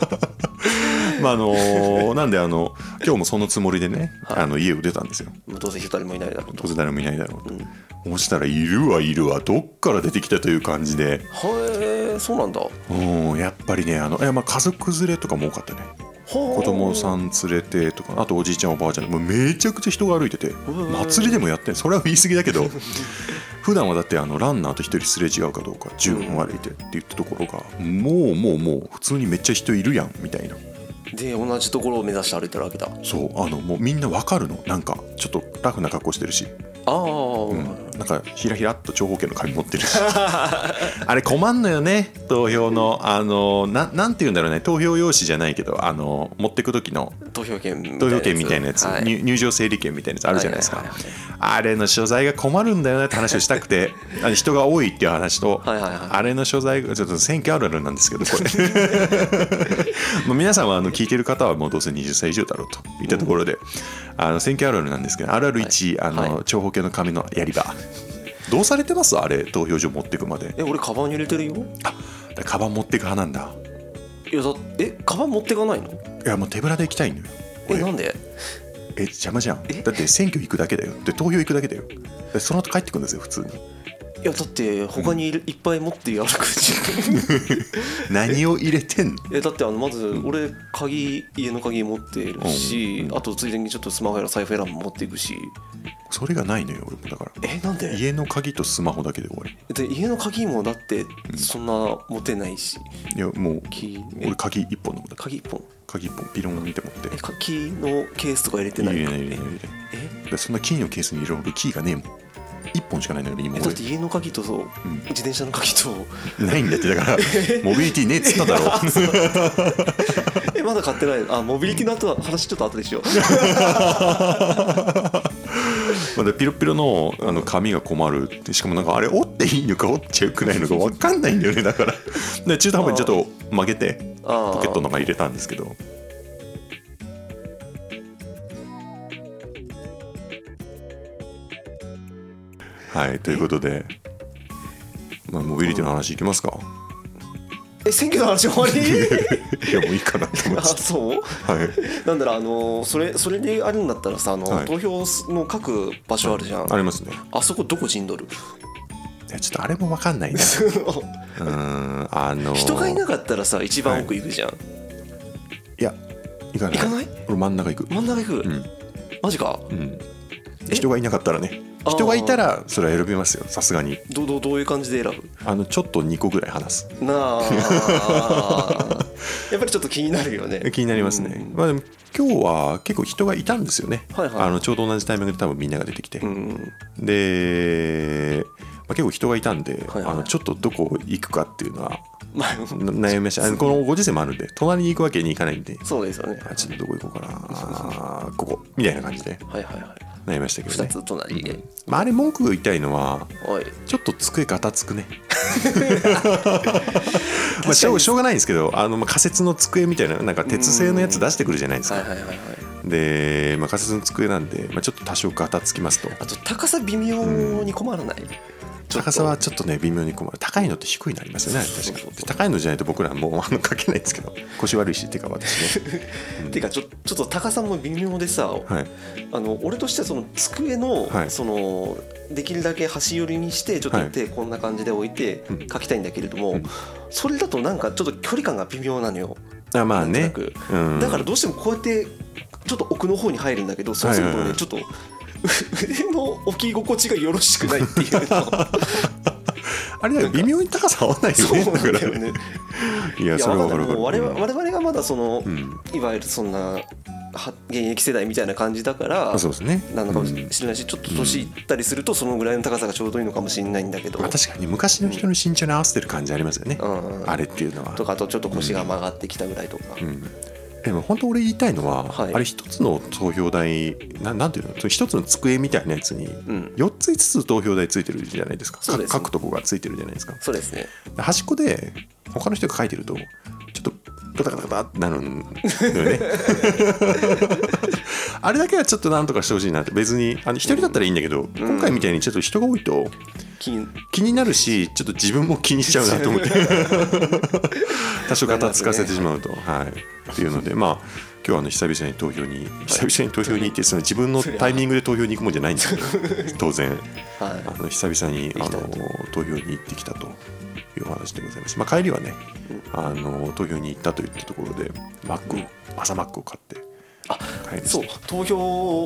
[SPEAKER 2] まああ
[SPEAKER 1] *laughs*
[SPEAKER 2] のーなんであの今日もそのつもりでね
[SPEAKER 1] はい
[SPEAKER 2] あの家を出たんですよ
[SPEAKER 1] もうどうせ一人もいないだろうと
[SPEAKER 2] 当然誰もいないだろうと、そしたらいるはいるわどっから出てきたという感じで
[SPEAKER 1] へえそうなんだ
[SPEAKER 2] うんやっぱりねあのいやまあ家族連れとかも多かったね
[SPEAKER 1] 子
[SPEAKER 2] 子供さん連れてとかあとおじいちゃんおばあちゃんもうめちゃくちゃ人が歩いてて
[SPEAKER 1] ん
[SPEAKER 2] 祭りでもやってんそれは言い過ぎだけど *laughs* 普段はだってあのランナーと一人すれ違うかどうか10分歩いてって言ったところがもうもうもう普通にめっちゃ人いるやんみたいな
[SPEAKER 1] で同じところを目指して歩いてるわけだ
[SPEAKER 2] そうあのもうみんなわかるのなんかちょっとラフな格好してるし、
[SPEAKER 1] ああ、
[SPEAKER 2] うん、なんかひらひらっと長方形の紙持ってるし *laughs* あれ困んのよね投票のあのななんて言うんだろうね投票用紙じゃないけどあの持ってく時の
[SPEAKER 1] 投票券みたいなやつ
[SPEAKER 2] 投票券みたいなやつ、
[SPEAKER 1] は
[SPEAKER 2] 入入場整理券みたいなやつあるじゃないですか、
[SPEAKER 1] はいはいはい
[SPEAKER 2] あれの所在が困るんだよねって話をしたくてあの人が多いっていう話と、
[SPEAKER 1] はいはいはい
[SPEAKER 2] あれの所在がちょっと選挙あるあるなんですけどこれ
[SPEAKER 1] *laughs*
[SPEAKER 2] もう皆さんはあの聞いてる方はもうどうせ20歳以上だろうといったところで、あの選挙あるあるなんですけどあるある1、
[SPEAKER 1] はい
[SPEAKER 2] あの
[SPEAKER 1] は
[SPEAKER 2] 長方形の紙のやり場どうされてますあれ投票所持ってくまで
[SPEAKER 1] え俺カバンに入れてるよ
[SPEAKER 2] あだカバン持ってく派なんだ
[SPEAKER 1] いやだえカバン持ってかないの
[SPEAKER 2] いやもう手ぶらで行きたいんだよ
[SPEAKER 1] え
[SPEAKER 2] 俺
[SPEAKER 1] なんで
[SPEAKER 2] え邪魔じゃん
[SPEAKER 1] え
[SPEAKER 2] だって選挙行くだけだよで投票行くだけだよでその後帰ってくるんですよ普通に
[SPEAKER 1] いやだって他にいるいっぱい持って歩くじゃん
[SPEAKER 2] 何を入れてんの
[SPEAKER 1] えだってあのまず俺鍵家の鍵持ってるし、あとついでにちょっとスマホやら財布やらも持っていくし
[SPEAKER 2] それがないのよ俺もだから
[SPEAKER 1] えなんで
[SPEAKER 2] 家の鍵とスマホだけで終わり
[SPEAKER 1] で家の鍵もだってそんな持てないし
[SPEAKER 2] いやもう
[SPEAKER 1] キーえ
[SPEAKER 2] 俺鍵一本のことだ
[SPEAKER 1] 鍵1本
[SPEAKER 2] 鍵一本ピロンって持って
[SPEAKER 1] え鍵のケースとか入れてな
[SPEAKER 2] 入
[SPEAKER 1] い
[SPEAKER 2] れ
[SPEAKER 1] の
[SPEAKER 2] ない入れない入れ
[SPEAKER 1] え
[SPEAKER 2] ないでそんな金のケースに入れるほどキーがねえもん一本しかないのよ今
[SPEAKER 1] え
[SPEAKER 2] 俺
[SPEAKER 1] だって家の鍵とそう、
[SPEAKER 2] ん
[SPEAKER 1] 自転車の鍵と
[SPEAKER 2] ないんだってだ *laughs* からモビリティねえっつっただろ
[SPEAKER 1] えまだ買ってないのあモビリティの後は話ちょっと後でしよう
[SPEAKER 2] まだピロピロのあの髪が困るってしかもなんかあれ折っていいのか折っちゃよくないのか分かんないんだよねだからで中途半端にちょっと曲げて
[SPEAKER 1] あー
[SPEAKER 2] *laughs* ポケットの中に入れたんですけどはいということで、まあ、モビリティの話いきますか
[SPEAKER 1] え選挙の話終わり *laughs*
[SPEAKER 2] いやもういいかなと思い
[SPEAKER 1] あ
[SPEAKER 2] まし
[SPEAKER 1] そう
[SPEAKER 2] た *laughs* はい
[SPEAKER 1] なんだろうあのそれそれであるんだったらさあの、
[SPEAKER 2] はい
[SPEAKER 1] 投票の各場所あるじゃん、
[SPEAKER 2] ありますね
[SPEAKER 1] あそこどこ陣取る
[SPEAKER 2] いやちょっとあれも分かんないね
[SPEAKER 1] その
[SPEAKER 2] うーんあのー
[SPEAKER 1] *laughs* 人がいなかったらさ一番奥行くじゃん、
[SPEAKER 2] いや行かない
[SPEAKER 1] 行かない
[SPEAKER 2] 俺真ん中行く
[SPEAKER 1] 真ん中行く、
[SPEAKER 2] うん
[SPEAKER 1] マジか
[SPEAKER 2] うん
[SPEAKER 1] え
[SPEAKER 2] 人がいなかったらね
[SPEAKER 1] あー
[SPEAKER 2] 人がいたらそれは選びますよさすがに
[SPEAKER 1] どうどうどういう感じで選ぶ
[SPEAKER 2] あのちょっと2個ぐらい話す
[SPEAKER 1] な
[SPEAKER 2] *laughs*
[SPEAKER 1] あやっぱりちょっと気になるよね
[SPEAKER 2] 気になりますね、
[SPEAKER 1] うん
[SPEAKER 2] まあでも今日は結構人がいたんですよね、
[SPEAKER 1] はいはい
[SPEAKER 2] あのちょうど同じタイミングで多分みんなが出てきて、
[SPEAKER 1] うん
[SPEAKER 2] で、まあ、結構人がいたんで、
[SPEAKER 1] はいはい
[SPEAKER 2] あのちょっとどこ行くかっていうのは
[SPEAKER 1] まあ
[SPEAKER 2] な悩みましたあのこのご時世もあるんで隣に行くわけにいかないんで
[SPEAKER 1] そうですよね
[SPEAKER 2] あちょっとどこ行こうかなあここみたいな感じで
[SPEAKER 1] はいはいはい
[SPEAKER 2] 悩みましたけど
[SPEAKER 1] 2
[SPEAKER 2] ね、
[SPEAKER 1] つ隣で、
[SPEAKER 2] まあ、あれ文句言いたいのは
[SPEAKER 1] おい
[SPEAKER 2] ちょっと机がた
[SPEAKER 1] *laughs*
[SPEAKER 2] つくね。まあ、しょうしょうがないんですけどあの、まあ、仮設の机みたいななんか鉄製のやつ出してくるじゃないです
[SPEAKER 1] はい
[SPEAKER 2] か
[SPEAKER 1] はい。はいはい
[SPEAKER 2] で、まあ、仮設の机なんで、まあ、ちょっと多少ガタつきますと
[SPEAKER 1] あと高さ微妙に困らない、ちょっと
[SPEAKER 2] 高さはちょっとね微妙に困る高いのって低いのありますよね
[SPEAKER 1] そうそう
[SPEAKER 2] 確
[SPEAKER 1] そう
[SPEAKER 2] かにで高いのじゃないと僕らもう *laughs* あの書けないんですけど腰悪いしっていうか私ね
[SPEAKER 1] てかちょちょっと高さも微妙でさ、
[SPEAKER 2] *laughs* はい
[SPEAKER 1] あの俺としてはその机の,、
[SPEAKER 2] はい
[SPEAKER 1] そのできるだけ端寄りにしてちょっと手こんな感じで置いて
[SPEAKER 2] うん
[SPEAKER 1] 書きたいんだけれども、
[SPEAKER 2] うん
[SPEAKER 1] それだとなんかちょっと距離感が微妙なのよ、
[SPEAKER 2] あまあ
[SPEAKER 1] なん
[SPEAKER 2] ね
[SPEAKER 1] となく
[SPEAKER 2] うん
[SPEAKER 1] だからどうしてもこうやってちょっと奥の方に入るんだけどそうするとね、
[SPEAKER 2] はいはいはい
[SPEAKER 1] ちょっと腕の置き心地がよろしくないっていうの
[SPEAKER 2] あれだよ微妙に高さ合わ *laughs* ないよ
[SPEAKER 1] *laughs* そう
[SPEAKER 2] ね
[SPEAKER 1] なんだ
[SPEAKER 2] から
[SPEAKER 1] よね。
[SPEAKER 2] いや
[SPEAKER 1] いや
[SPEAKER 2] それ
[SPEAKER 1] ま
[SPEAKER 2] は分か
[SPEAKER 1] だ
[SPEAKER 2] る
[SPEAKER 1] もう我
[SPEAKER 2] 分
[SPEAKER 1] 々
[SPEAKER 2] かる
[SPEAKER 1] 我々がまだその、
[SPEAKER 2] うんうん
[SPEAKER 1] いわゆるそんなは現役世代みたいな感じだから
[SPEAKER 2] あそうですね
[SPEAKER 1] なのかもし
[SPEAKER 2] うん
[SPEAKER 1] れないし、ちょっと年いったりするとそのぐらいの高さがちょうどいいのかもしれないんだけど、
[SPEAKER 2] まあ、確かに昔の人の身長に合わせてる感じありますよね、
[SPEAKER 1] うんうん
[SPEAKER 2] あれっていうのは
[SPEAKER 1] とかあとちょっと腰が曲がってきたぐらいとか、
[SPEAKER 2] うんでも本当俺言いたいのは、
[SPEAKER 1] はい
[SPEAKER 2] あれ一つの投票台ななんていうの一つの机みたいなやつに
[SPEAKER 1] うん
[SPEAKER 2] 4つ5つ投票台ついてるじゃないですか
[SPEAKER 1] そうですね
[SPEAKER 2] か各とこがついてるじゃないですか
[SPEAKER 1] そうですね
[SPEAKER 2] 端っこで他の人が書いてるとちょっとガタガタガタってなるんだよ
[SPEAKER 1] *laughs*
[SPEAKER 2] ねあれだけはちょっとなんとかしてほしいなって別にあの一人だったらいいんだけど、今回みたいにちょっと人が多いと
[SPEAKER 1] 気に
[SPEAKER 2] 気になるしちょっと自分も気にしちゃうなと
[SPEAKER 1] *laughs*
[SPEAKER 2] 思って多少ガタつかせてしまうと、はいっていうのでまあ今日はあの久々に投票に久々に投票に行ってその自分のタイミングで投票に行くもんじゃないんですけど当然あ
[SPEAKER 1] は
[SPEAKER 2] の久々にあ
[SPEAKER 1] 行きたい
[SPEAKER 2] の投票に行ってきたというお話でございます、まあ、帰りはねあの投票に行ったといったところでマックを朝マックを買って帰り
[SPEAKER 1] い
[SPEAKER 2] まし
[SPEAKER 1] そう
[SPEAKER 2] た
[SPEAKER 1] 投票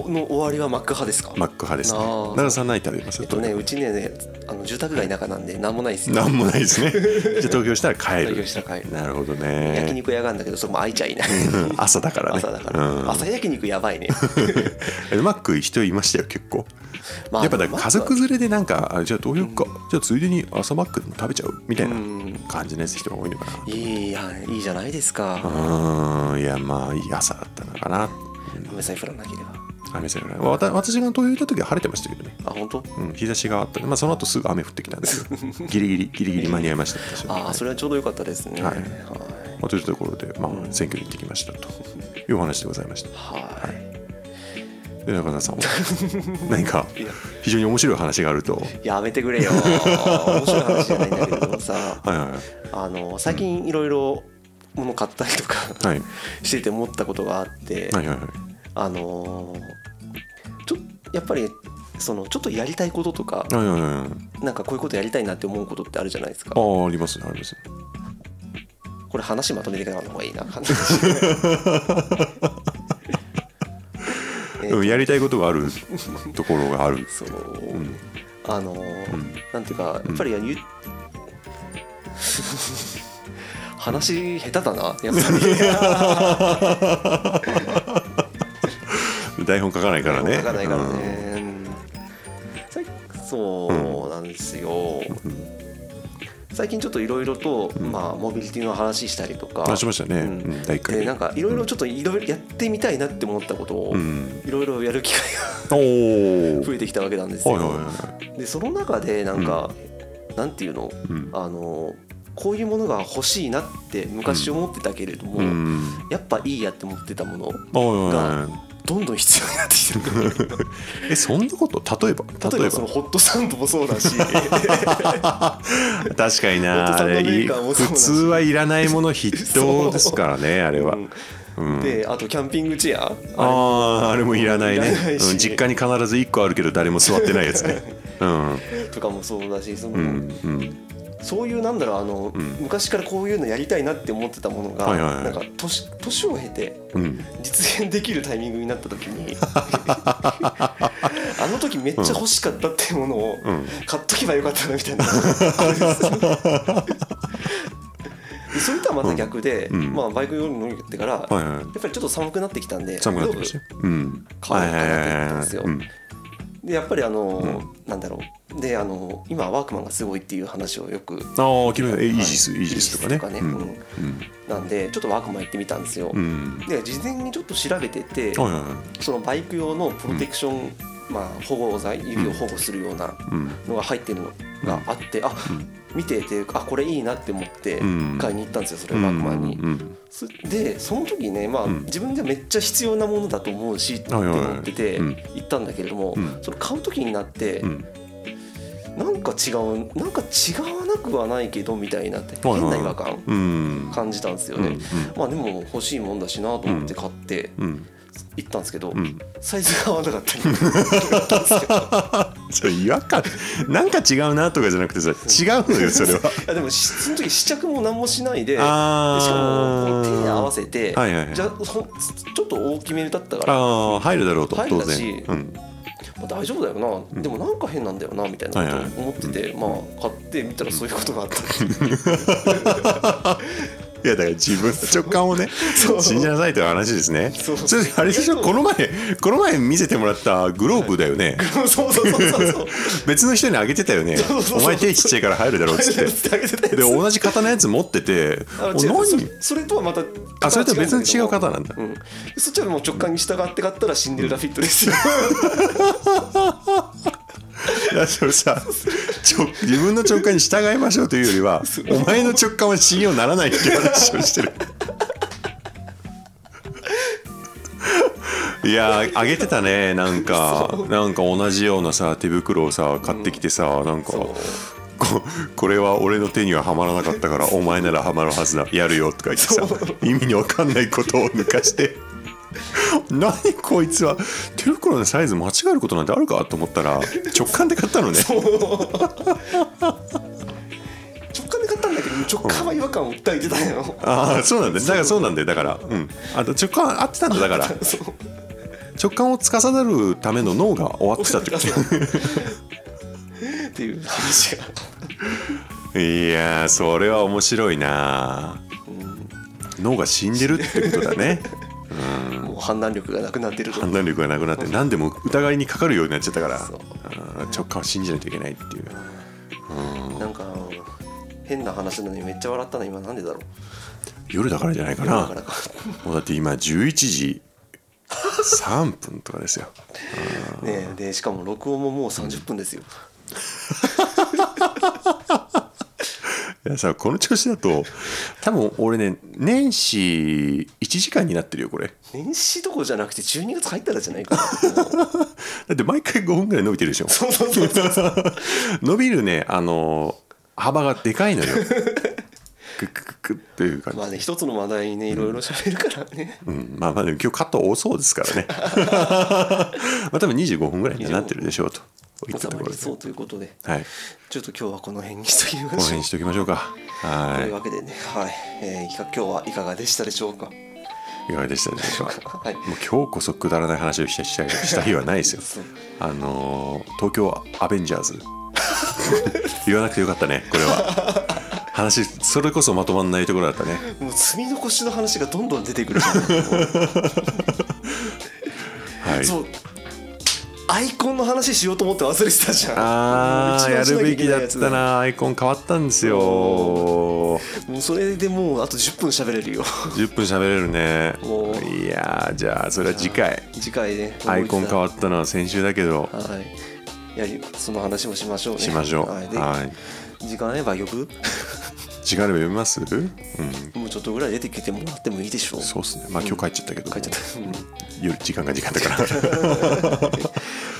[SPEAKER 1] の終わりはマック派ですか
[SPEAKER 2] マック派ですね
[SPEAKER 1] あー
[SPEAKER 2] 奈良さん何食べます
[SPEAKER 1] えっとねうちねねあの住宅街の中なんで何もないですよ
[SPEAKER 2] なんもないで
[SPEAKER 1] *laughs*
[SPEAKER 2] すね。じゃあ投票したら帰る。
[SPEAKER 1] 投票したら帰る
[SPEAKER 2] なるほどね。
[SPEAKER 1] 焼肉屋があるんだけどそれも開いちゃいない
[SPEAKER 2] うん朝だからね。
[SPEAKER 1] *laughs* 朝だから、
[SPEAKER 2] うん
[SPEAKER 1] 朝焼肉やば
[SPEAKER 2] *laughs*
[SPEAKER 1] いね
[SPEAKER 2] うまく人いましたよ結構。
[SPEAKER 1] まあ
[SPEAKER 2] やっぱだから家族
[SPEAKER 1] ま
[SPEAKER 2] 連れでなんかあじゃあ投票か、じゃあついでに朝マックでも食べちゃうみたいな
[SPEAKER 1] うん
[SPEAKER 2] 感じのやつ人が多いのか
[SPEAKER 1] あいいやいいじゃないですか
[SPEAKER 2] な。うんいやまあいい朝だったのかな。
[SPEAKER 1] 雨さえ降らなければ
[SPEAKER 2] 雨さえ降らないわた私が投票行った時は晴れてましたけどね。
[SPEAKER 1] あ本当
[SPEAKER 2] うん、日差しがあった、まあ、その後すぐ雨降ってきたんです
[SPEAKER 1] *laughs*
[SPEAKER 2] けどギリギリギリギリ間に合いました私は
[SPEAKER 1] ああそれはちょうど良かったですね
[SPEAKER 2] はい
[SPEAKER 1] はい
[SPEAKER 2] まあというところで、まあ、選挙に行ってきましたというお話でございました。
[SPEAKER 1] はい
[SPEAKER 2] で中田
[SPEAKER 1] *laughs*
[SPEAKER 2] さんは何か
[SPEAKER 1] いや
[SPEAKER 2] 非常に面白い話があると。
[SPEAKER 1] やめてくれよ面白い話じゃないんだけどさ
[SPEAKER 2] はいはい
[SPEAKER 1] あの最近いろいろ物買ったりとか
[SPEAKER 2] はい
[SPEAKER 1] してて思ったことがあって、
[SPEAKER 2] はいはいはい
[SPEAKER 1] あのーちょやっぱりそのちょっとやりたいこととか
[SPEAKER 2] はいはいはい
[SPEAKER 1] なんかこういうことやりたいなって思うことってあるじゃないですか
[SPEAKER 2] ああありますねありますね
[SPEAKER 1] これ話まとめてからの方がいいなえ
[SPEAKER 2] でも
[SPEAKER 1] ー
[SPEAKER 2] やりたいことがあるところがある
[SPEAKER 1] そう
[SPEAKER 2] *laughs* うん
[SPEAKER 1] あのー
[SPEAKER 2] うん
[SPEAKER 1] なんていうかやっぱり *laughs* ゆ、話下手だなやっぱり
[SPEAKER 2] 台本書かないからね
[SPEAKER 1] 書かないからね、さいそうなんですよ、
[SPEAKER 2] うん
[SPEAKER 1] 最近ちょっといろいろと、まあ、モビリティの話したりとか
[SPEAKER 2] あしましたね
[SPEAKER 1] うん
[SPEAKER 2] うん第一回
[SPEAKER 1] でなんかいろいろちょっといろいろやってみたいなって思ったことを
[SPEAKER 2] うん
[SPEAKER 1] いろいろやる機会
[SPEAKER 2] おお
[SPEAKER 1] が増えてきたわけなんです
[SPEAKER 2] はい
[SPEAKER 1] よ、
[SPEAKER 2] はいはい
[SPEAKER 1] でその中でなんか、なんていうの
[SPEAKER 2] うん
[SPEAKER 1] あのこういうものが欲しいなって昔思ってたけれども、
[SPEAKER 2] うん
[SPEAKER 1] やっぱいいやって思ってたもの
[SPEAKER 2] はいはいは
[SPEAKER 1] どんどん必要になってきてる
[SPEAKER 2] いえそんなこと例えば
[SPEAKER 1] 例えばそのホットサンドもそうだし
[SPEAKER 2] 確かに
[SPEAKER 1] ホッ
[SPEAKER 2] な
[SPEAKER 1] ト
[SPEAKER 2] あ
[SPEAKER 1] サンド
[SPEAKER 2] れ
[SPEAKER 1] メ
[SPEAKER 2] い
[SPEAKER 1] ーカーもそうだし
[SPEAKER 2] 普通はいらないもの筆頭ですからねあれはうん
[SPEAKER 1] であとキャンピングチェアあ
[SPEAKER 2] あああれもいらないね
[SPEAKER 1] いらないし
[SPEAKER 2] うん、実家に必ず1個あるけど誰も座ってないやつ
[SPEAKER 1] *laughs*
[SPEAKER 2] ねうん
[SPEAKER 1] れとかもそうだしその、
[SPEAKER 2] うんうん
[SPEAKER 1] そういうなんだろうあの、
[SPEAKER 2] ん
[SPEAKER 1] 昔からこういうのやりたいなって思ってたものが、
[SPEAKER 2] はいはいはい
[SPEAKER 1] なんか年年を経て
[SPEAKER 2] うん
[SPEAKER 1] 実現できるタイミングになった時
[SPEAKER 2] *laughs*
[SPEAKER 1] にあの時めっちゃ欲しかったっていうものを
[SPEAKER 2] ん
[SPEAKER 1] 買っとけばよかったなみたい
[SPEAKER 2] *laughs*
[SPEAKER 1] な。でそれとはまた逆で、
[SPEAKER 2] うんうん
[SPEAKER 1] まあ、バイク用に乗りってから、
[SPEAKER 2] はい
[SPEAKER 1] や
[SPEAKER 2] は
[SPEAKER 1] っぱりちょっと寒くなってきたんで
[SPEAKER 2] い寒くなってきましたようん
[SPEAKER 1] 買わなきゃなって言ったんですよ
[SPEAKER 2] はいはいはい
[SPEAKER 1] でやっぱりあの、なんだろうであの今ワークマンがすごいっていう話をよく
[SPEAKER 2] うん、ああ昨日えイージスイージスとかね
[SPEAKER 1] イージスとかね
[SPEAKER 2] うん
[SPEAKER 1] うんなんでちょっとワークマンやってみたんですよ、
[SPEAKER 2] うん、うん
[SPEAKER 1] で事前にちょっと調べてて、
[SPEAKER 2] はいはいは
[SPEAKER 1] そのバイク用のプロテクション、まあ、保護剤指を保護するようない
[SPEAKER 2] うん
[SPEAKER 1] のが入ってるのがあって、あ見ててあこれいいなって思って
[SPEAKER 2] うん
[SPEAKER 1] 買いに行ったんですよそれを
[SPEAKER 2] うん
[SPEAKER 1] ワークマンに。
[SPEAKER 2] うん
[SPEAKER 1] そでその時ね、まあ
[SPEAKER 2] ん
[SPEAKER 1] 自分でめっちゃ必要なものだと思うしって
[SPEAKER 2] はいはいはい
[SPEAKER 1] 思ってて
[SPEAKER 2] うん
[SPEAKER 1] 行ったんだけれども、
[SPEAKER 2] うん
[SPEAKER 1] それ買う時になって、
[SPEAKER 2] うん
[SPEAKER 1] なんか違うなんか違わなくはないけどみたいなって
[SPEAKER 2] はい
[SPEAKER 1] 変
[SPEAKER 2] は
[SPEAKER 1] ない違和感
[SPEAKER 2] うん
[SPEAKER 1] 感じたんですよ
[SPEAKER 2] うんう
[SPEAKER 1] ね。
[SPEAKER 2] ん
[SPEAKER 1] まあでも欲しいもんだしなと思って買って
[SPEAKER 2] うん
[SPEAKER 1] 行ったんですけど、
[SPEAKER 2] うん
[SPEAKER 1] サイズが合わなかったり
[SPEAKER 2] *laughs*
[SPEAKER 1] 行ったんですよ
[SPEAKER 2] それ違和感なんか違うなとかじゃなくてさ違うのよそれ
[SPEAKER 1] い
[SPEAKER 2] は
[SPEAKER 1] やでもしその時試着も何もしないででしか
[SPEAKER 2] あ
[SPEAKER 1] も
[SPEAKER 2] ー
[SPEAKER 1] こう手に合わせて、
[SPEAKER 2] はいはいはい
[SPEAKER 1] じゃあそちょっと大きめだったから
[SPEAKER 2] ああ入るだろうと
[SPEAKER 1] 入
[SPEAKER 2] 当
[SPEAKER 1] るだ
[SPEAKER 2] 然
[SPEAKER 1] し
[SPEAKER 2] うん
[SPEAKER 1] まあ大丈夫だよな、でもなんか変なんだよなみたいな
[SPEAKER 2] はいはい
[SPEAKER 1] ことを思ってて、まあ買ってみたらそういうことがあったっていう
[SPEAKER 2] いやだから自分の直感をね
[SPEAKER 1] そう
[SPEAKER 2] 信じなさいという話ですね
[SPEAKER 1] そう
[SPEAKER 2] それあれでしょこの前この前見せてもらったグローブだよね、
[SPEAKER 1] *laughs* そうそうそうそうそう
[SPEAKER 2] 別の人にあげてたよね
[SPEAKER 1] そうそうそう
[SPEAKER 2] お前手ちっちゃいから入る
[SPEAKER 1] *laughs*
[SPEAKER 2] だろうっつっ
[SPEAKER 1] 入るっつってあげてたや
[SPEAKER 2] て
[SPEAKER 1] つ
[SPEAKER 2] *laughs* で同じ型のやつ持ってて
[SPEAKER 1] あの
[SPEAKER 2] お
[SPEAKER 1] 違うそ
[SPEAKER 2] 何
[SPEAKER 1] それとはまた
[SPEAKER 2] あそれとは別に違う
[SPEAKER 1] 型
[SPEAKER 2] 型なんだ
[SPEAKER 1] うんそっちはもう直感に従って買ったらシンデレラフィットですよ
[SPEAKER 2] *laughs* いやそれさちょ自分の直感に従いましょうというよりはお前の直感は信用ならないっていう話をしてるいやーあげてたねなんかなんか同じようなさ手袋をさ買ってきてさ、なんかここれは俺の手にははまらなかったからお前ならはまるはずだやるよとか言ってさ意味にわかんないことを抜かして。何こいつは手袋のサイズ間違えることなんてあるかと思ったら直感で買ったのね
[SPEAKER 1] 直感で買ったんだけど直感は違和感を訴えてたよ
[SPEAKER 2] ああそうなんだだからそうなんだよだからうんあと直感合ってたんだだから
[SPEAKER 1] *laughs* そう
[SPEAKER 2] 直感を司るための脳が終わってたってこ
[SPEAKER 1] っていう話が
[SPEAKER 2] といやーそれは面白いな脳が死んでるってことだ
[SPEAKER 1] *laughs*
[SPEAKER 2] ね
[SPEAKER 1] もう判断力がなくなってると
[SPEAKER 2] 判断力がなくなって何でも疑いにかかるようになっちゃったから
[SPEAKER 1] そう
[SPEAKER 2] うん直感を信じないといけないっていう
[SPEAKER 1] なんか変な話なのにめっちゃ笑ったの今なんでだろう
[SPEAKER 2] 夜だからじゃないか
[SPEAKER 1] だ
[SPEAKER 2] な
[SPEAKER 1] からか
[SPEAKER 2] もうだって今11時3分とかですよ
[SPEAKER 1] ねえでしかも録音ももう30分ですよ
[SPEAKER 2] いやさこの調子だと多分俺ね年始1時間になってるよこれ
[SPEAKER 1] 年始どころじゃなくて12月入ったらじゃ
[SPEAKER 2] *laughs*
[SPEAKER 1] ないかな
[SPEAKER 2] だって毎回5分ぐらい伸びてるでしょ
[SPEAKER 1] そうそうそうそう
[SPEAKER 2] 伸びるねあの幅がでかいのよクッククックっていう感じ、
[SPEAKER 1] まあね一つの話題にねいろいろ喋るからね、
[SPEAKER 2] うん、まあまあでも今日カット多そうですからね *laughs* まあ多分25分ぐらいにはなってるでしょうといった
[SPEAKER 1] 収
[SPEAKER 2] と
[SPEAKER 1] ま
[SPEAKER 2] ころ
[SPEAKER 1] り
[SPEAKER 2] で
[SPEAKER 1] そうということで
[SPEAKER 2] はい
[SPEAKER 1] ちょっと今日はこの辺にしときま
[SPEAKER 2] この
[SPEAKER 1] しょ
[SPEAKER 2] 辺
[SPEAKER 1] う
[SPEAKER 2] にしておきましょうか
[SPEAKER 1] という
[SPEAKER 2] は
[SPEAKER 1] わけでねはい、えー、いか今日はいかがでしたでしょうか
[SPEAKER 2] いいかがでしたでしょうか
[SPEAKER 1] はい
[SPEAKER 2] もう今日こそくだらない話をしたしたした日はないですよ
[SPEAKER 1] そう。
[SPEAKER 2] あのー東京アベンジャーズ *laughs* 言わなくてよかったねこれは。話それこそまとまんないところだったね。
[SPEAKER 1] もう積み残しの話がどんどん出てくるじゃん
[SPEAKER 2] はい。
[SPEAKER 1] そうアイコンの話しようと思って忘れてたじゃん
[SPEAKER 2] ああや
[SPEAKER 1] 一番
[SPEAKER 2] る
[SPEAKER 1] しなきゃ
[SPEAKER 2] べ
[SPEAKER 1] いけ
[SPEAKER 2] き
[SPEAKER 1] な
[SPEAKER 2] だ
[SPEAKER 1] い
[SPEAKER 2] っ
[SPEAKER 1] やつ
[SPEAKER 2] たなアイコン変わったんで
[SPEAKER 1] *laughs*
[SPEAKER 2] すよ
[SPEAKER 1] もうそれでもうあと10分喋れるよ
[SPEAKER 2] 10分喋れるね
[SPEAKER 1] お
[SPEAKER 2] いやーじゃあそれは次回
[SPEAKER 1] 次回ね
[SPEAKER 2] アイコン変わ
[SPEAKER 1] っ
[SPEAKER 2] ったのは先週だけど
[SPEAKER 1] たはいやりその話もしましょうね
[SPEAKER 2] しましょう
[SPEAKER 1] はいで
[SPEAKER 2] はい
[SPEAKER 1] 時間あれば呼ぶ
[SPEAKER 2] 時間あれば読みますうん
[SPEAKER 1] *laughs* もうちょっとぐらい出てきてもらってもいいでしょう
[SPEAKER 2] そうっすねまあ今日帰っちゃったけど
[SPEAKER 1] 書いちゃった、うん
[SPEAKER 2] 夜時間が時間だから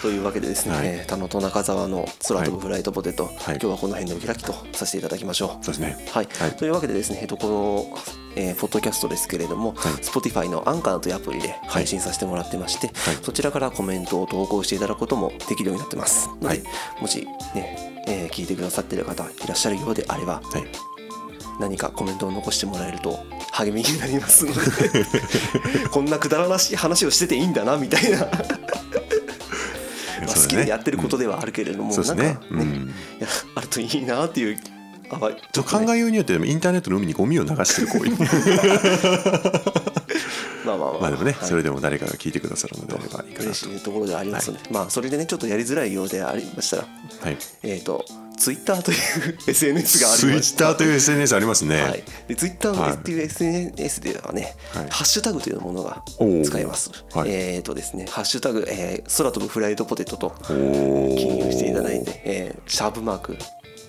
[SPEAKER 1] というわけでですね、
[SPEAKER 2] はい
[SPEAKER 1] えー田野と中澤の空飛ぶフライトポテト、
[SPEAKER 2] い
[SPEAKER 1] 今日はこの辺でお開きとさせていただきましょう
[SPEAKER 2] *laughs* そうですね。
[SPEAKER 1] はい、
[SPEAKER 2] はい
[SPEAKER 1] というわけでですね、えっと、この、えーポッドキャストですけれども、Spotify のアンカーというアプリで配信させてもらってまして、そちらからコメントを投稿していただくこともできるようになってますので、
[SPEAKER 2] はい
[SPEAKER 1] もしね、えー聞いてくださっている方いらっしゃるようであれば
[SPEAKER 2] はい。
[SPEAKER 1] 何かコメントを残してもらえると励みになりますので
[SPEAKER 2] *laughs*
[SPEAKER 1] こんなくだらなしい話をしてていいんだなみたいな、まあ
[SPEAKER 2] そうだね
[SPEAKER 1] 好きでやってることではあるけれども、
[SPEAKER 2] そうです
[SPEAKER 1] なん
[SPEAKER 2] ね
[SPEAKER 1] か。ね、
[SPEAKER 2] うん。
[SPEAKER 1] いやあるといいなっていうあはい
[SPEAKER 2] と考えようによってインターネットの海にゴミを流して
[SPEAKER 1] *laughs*
[SPEAKER 2] る行為。
[SPEAKER 1] まあまあまあ
[SPEAKER 2] *laughs* まあでもね、
[SPEAKER 1] はい
[SPEAKER 2] それでも誰かが聞いてくださるのであればいいかな
[SPEAKER 1] 嬉
[SPEAKER 2] と。
[SPEAKER 1] しいところではありますので、まあそれでねちょっとやりづらいようでありましたら
[SPEAKER 2] はい。
[SPEAKER 1] えっ、とツイッターという *laughs* SNS があ
[SPEAKER 2] ツ
[SPEAKER 1] り
[SPEAKER 2] イ
[SPEAKER 1] まし
[SPEAKER 2] ッターという SNS あります
[SPEAKER 1] てはい
[SPEAKER 2] ね。、
[SPEAKER 1] でツイッタ
[SPEAKER 2] は
[SPEAKER 1] ー
[SPEAKER 2] い
[SPEAKER 1] っていう SNS ではね、
[SPEAKER 2] はい
[SPEAKER 1] ハッシュタグというものが
[SPEAKER 2] おー
[SPEAKER 1] 使えます、
[SPEAKER 2] はい
[SPEAKER 1] えっ、とですねハッシュタグ、えー空飛ぶフライドポテトと
[SPEAKER 2] おおー。
[SPEAKER 1] 記入していただいて、えーシャープマーク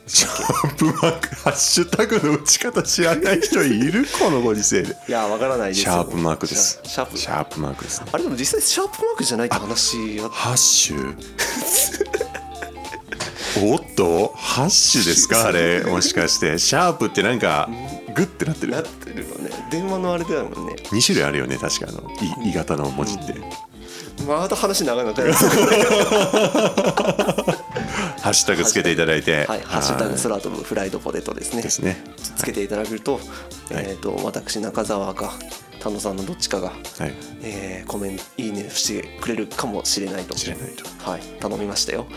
[SPEAKER 2] シャープマーク、ハッシュタグの打ち方知らない人いるこのご時世で。
[SPEAKER 1] いやわからないです
[SPEAKER 2] シ
[SPEAKER 1] よ
[SPEAKER 2] ャープマークです。
[SPEAKER 1] シャープ
[SPEAKER 2] シャープマークですね。
[SPEAKER 1] あれでも実際シャープマークじゃないって話あっ
[SPEAKER 2] ハッシュ。 *laughs* おっと、ハッシュです
[SPEAKER 1] *laughs*
[SPEAKER 2] かあれ、もしかして。シャープってなんか、グッてなってる
[SPEAKER 1] な。ってるよね電話のあれだもんね
[SPEAKER 2] 2種類あるよね確かあのい「い」型の文字って、
[SPEAKER 1] また話長くなったよ
[SPEAKER 2] ハッシュタグつけていただいて
[SPEAKER 1] はい、ハッシュタグ
[SPEAKER 2] はい
[SPEAKER 1] 空飛ぶフライドポテトですね。
[SPEAKER 2] ですね
[SPEAKER 1] つけていただけると、えっ、と私中澤か田野さんのどっちかが、
[SPEAKER 2] はい
[SPEAKER 1] えーコメントいいねしてくれるかもしれないと。
[SPEAKER 2] 知れないと
[SPEAKER 1] はい、頼みましたよ。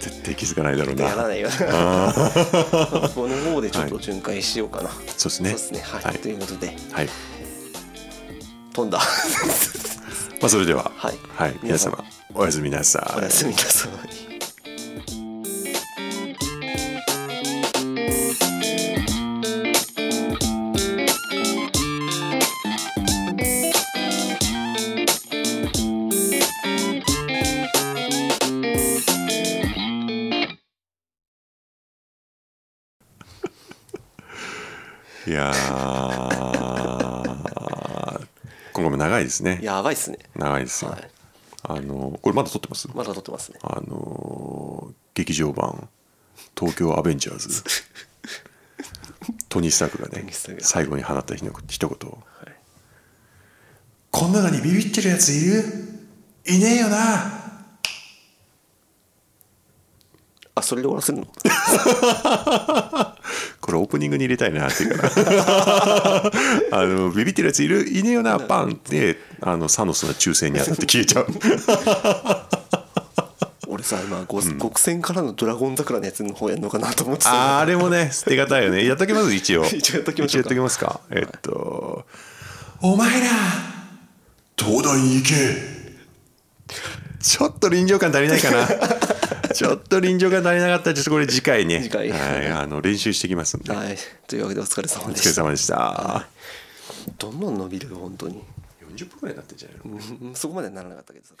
[SPEAKER 2] 絶対気づかないだろう
[SPEAKER 1] やら
[SPEAKER 2] な
[SPEAKER 1] ないよ
[SPEAKER 2] あー
[SPEAKER 1] *laughs* この方でちょっと
[SPEAKER 2] は
[SPEAKER 1] 巡回しようかな、
[SPEAKER 2] そうです
[SPEAKER 1] そう
[SPEAKER 2] ね
[SPEAKER 1] ですねはい、
[SPEAKER 2] はい
[SPEAKER 1] ということで
[SPEAKER 2] はい
[SPEAKER 1] 飛んだ
[SPEAKER 2] まあそれでは
[SPEAKER 1] *laughs* はい
[SPEAKER 2] はい皆様おやすみなさ
[SPEAKER 1] お
[SPEAKER 2] い
[SPEAKER 1] やすみなさい
[SPEAKER 2] いやー今後も長いですね
[SPEAKER 1] やばいっすね
[SPEAKER 2] 長いですよ、
[SPEAKER 1] はい
[SPEAKER 2] あのこれまだ撮ってます
[SPEAKER 1] まだ撮ってますね
[SPEAKER 2] あのー劇場版「東京アベンジャー
[SPEAKER 1] *laughs*
[SPEAKER 2] ズ」トニー・スタークがね
[SPEAKER 1] ニースタークが
[SPEAKER 2] 最後に放ったひの一言を、
[SPEAKER 1] い
[SPEAKER 2] こん中にビビってるやついるいねえよな
[SPEAKER 1] あそれで終わらせるの
[SPEAKER 2] これオープニングに入れたいなって *laughs* いうかなあのビビってるやついるいねえよなパンってあのサノスの抽選に当たって消えちゃう
[SPEAKER 1] 俺さ今ご極戦からのドラゴン桜のやつの方やんのかなと思ってた
[SPEAKER 2] *laughs* あれもね捨てがたいよねやっときます *laughs* 一応
[SPEAKER 1] 一応やっときましょうか
[SPEAKER 2] 一応やっときますかえっと、お前ら東大に行けちょっと臨場感足りないか *laughs* なちょっと臨場感足りなかったらちょっとこれ次回ね
[SPEAKER 1] 次回
[SPEAKER 2] はい、あの練習してきますんで、
[SPEAKER 1] はいというわけでお疲れ様
[SPEAKER 2] お
[SPEAKER 1] で
[SPEAKER 2] 疲れ
[SPEAKER 1] した
[SPEAKER 2] 様でした
[SPEAKER 1] どんどん伸びるよ本当に
[SPEAKER 2] 40分ぐらいになってんじゃないの
[SPEAKER 1] うんそこまではならなかったけどさ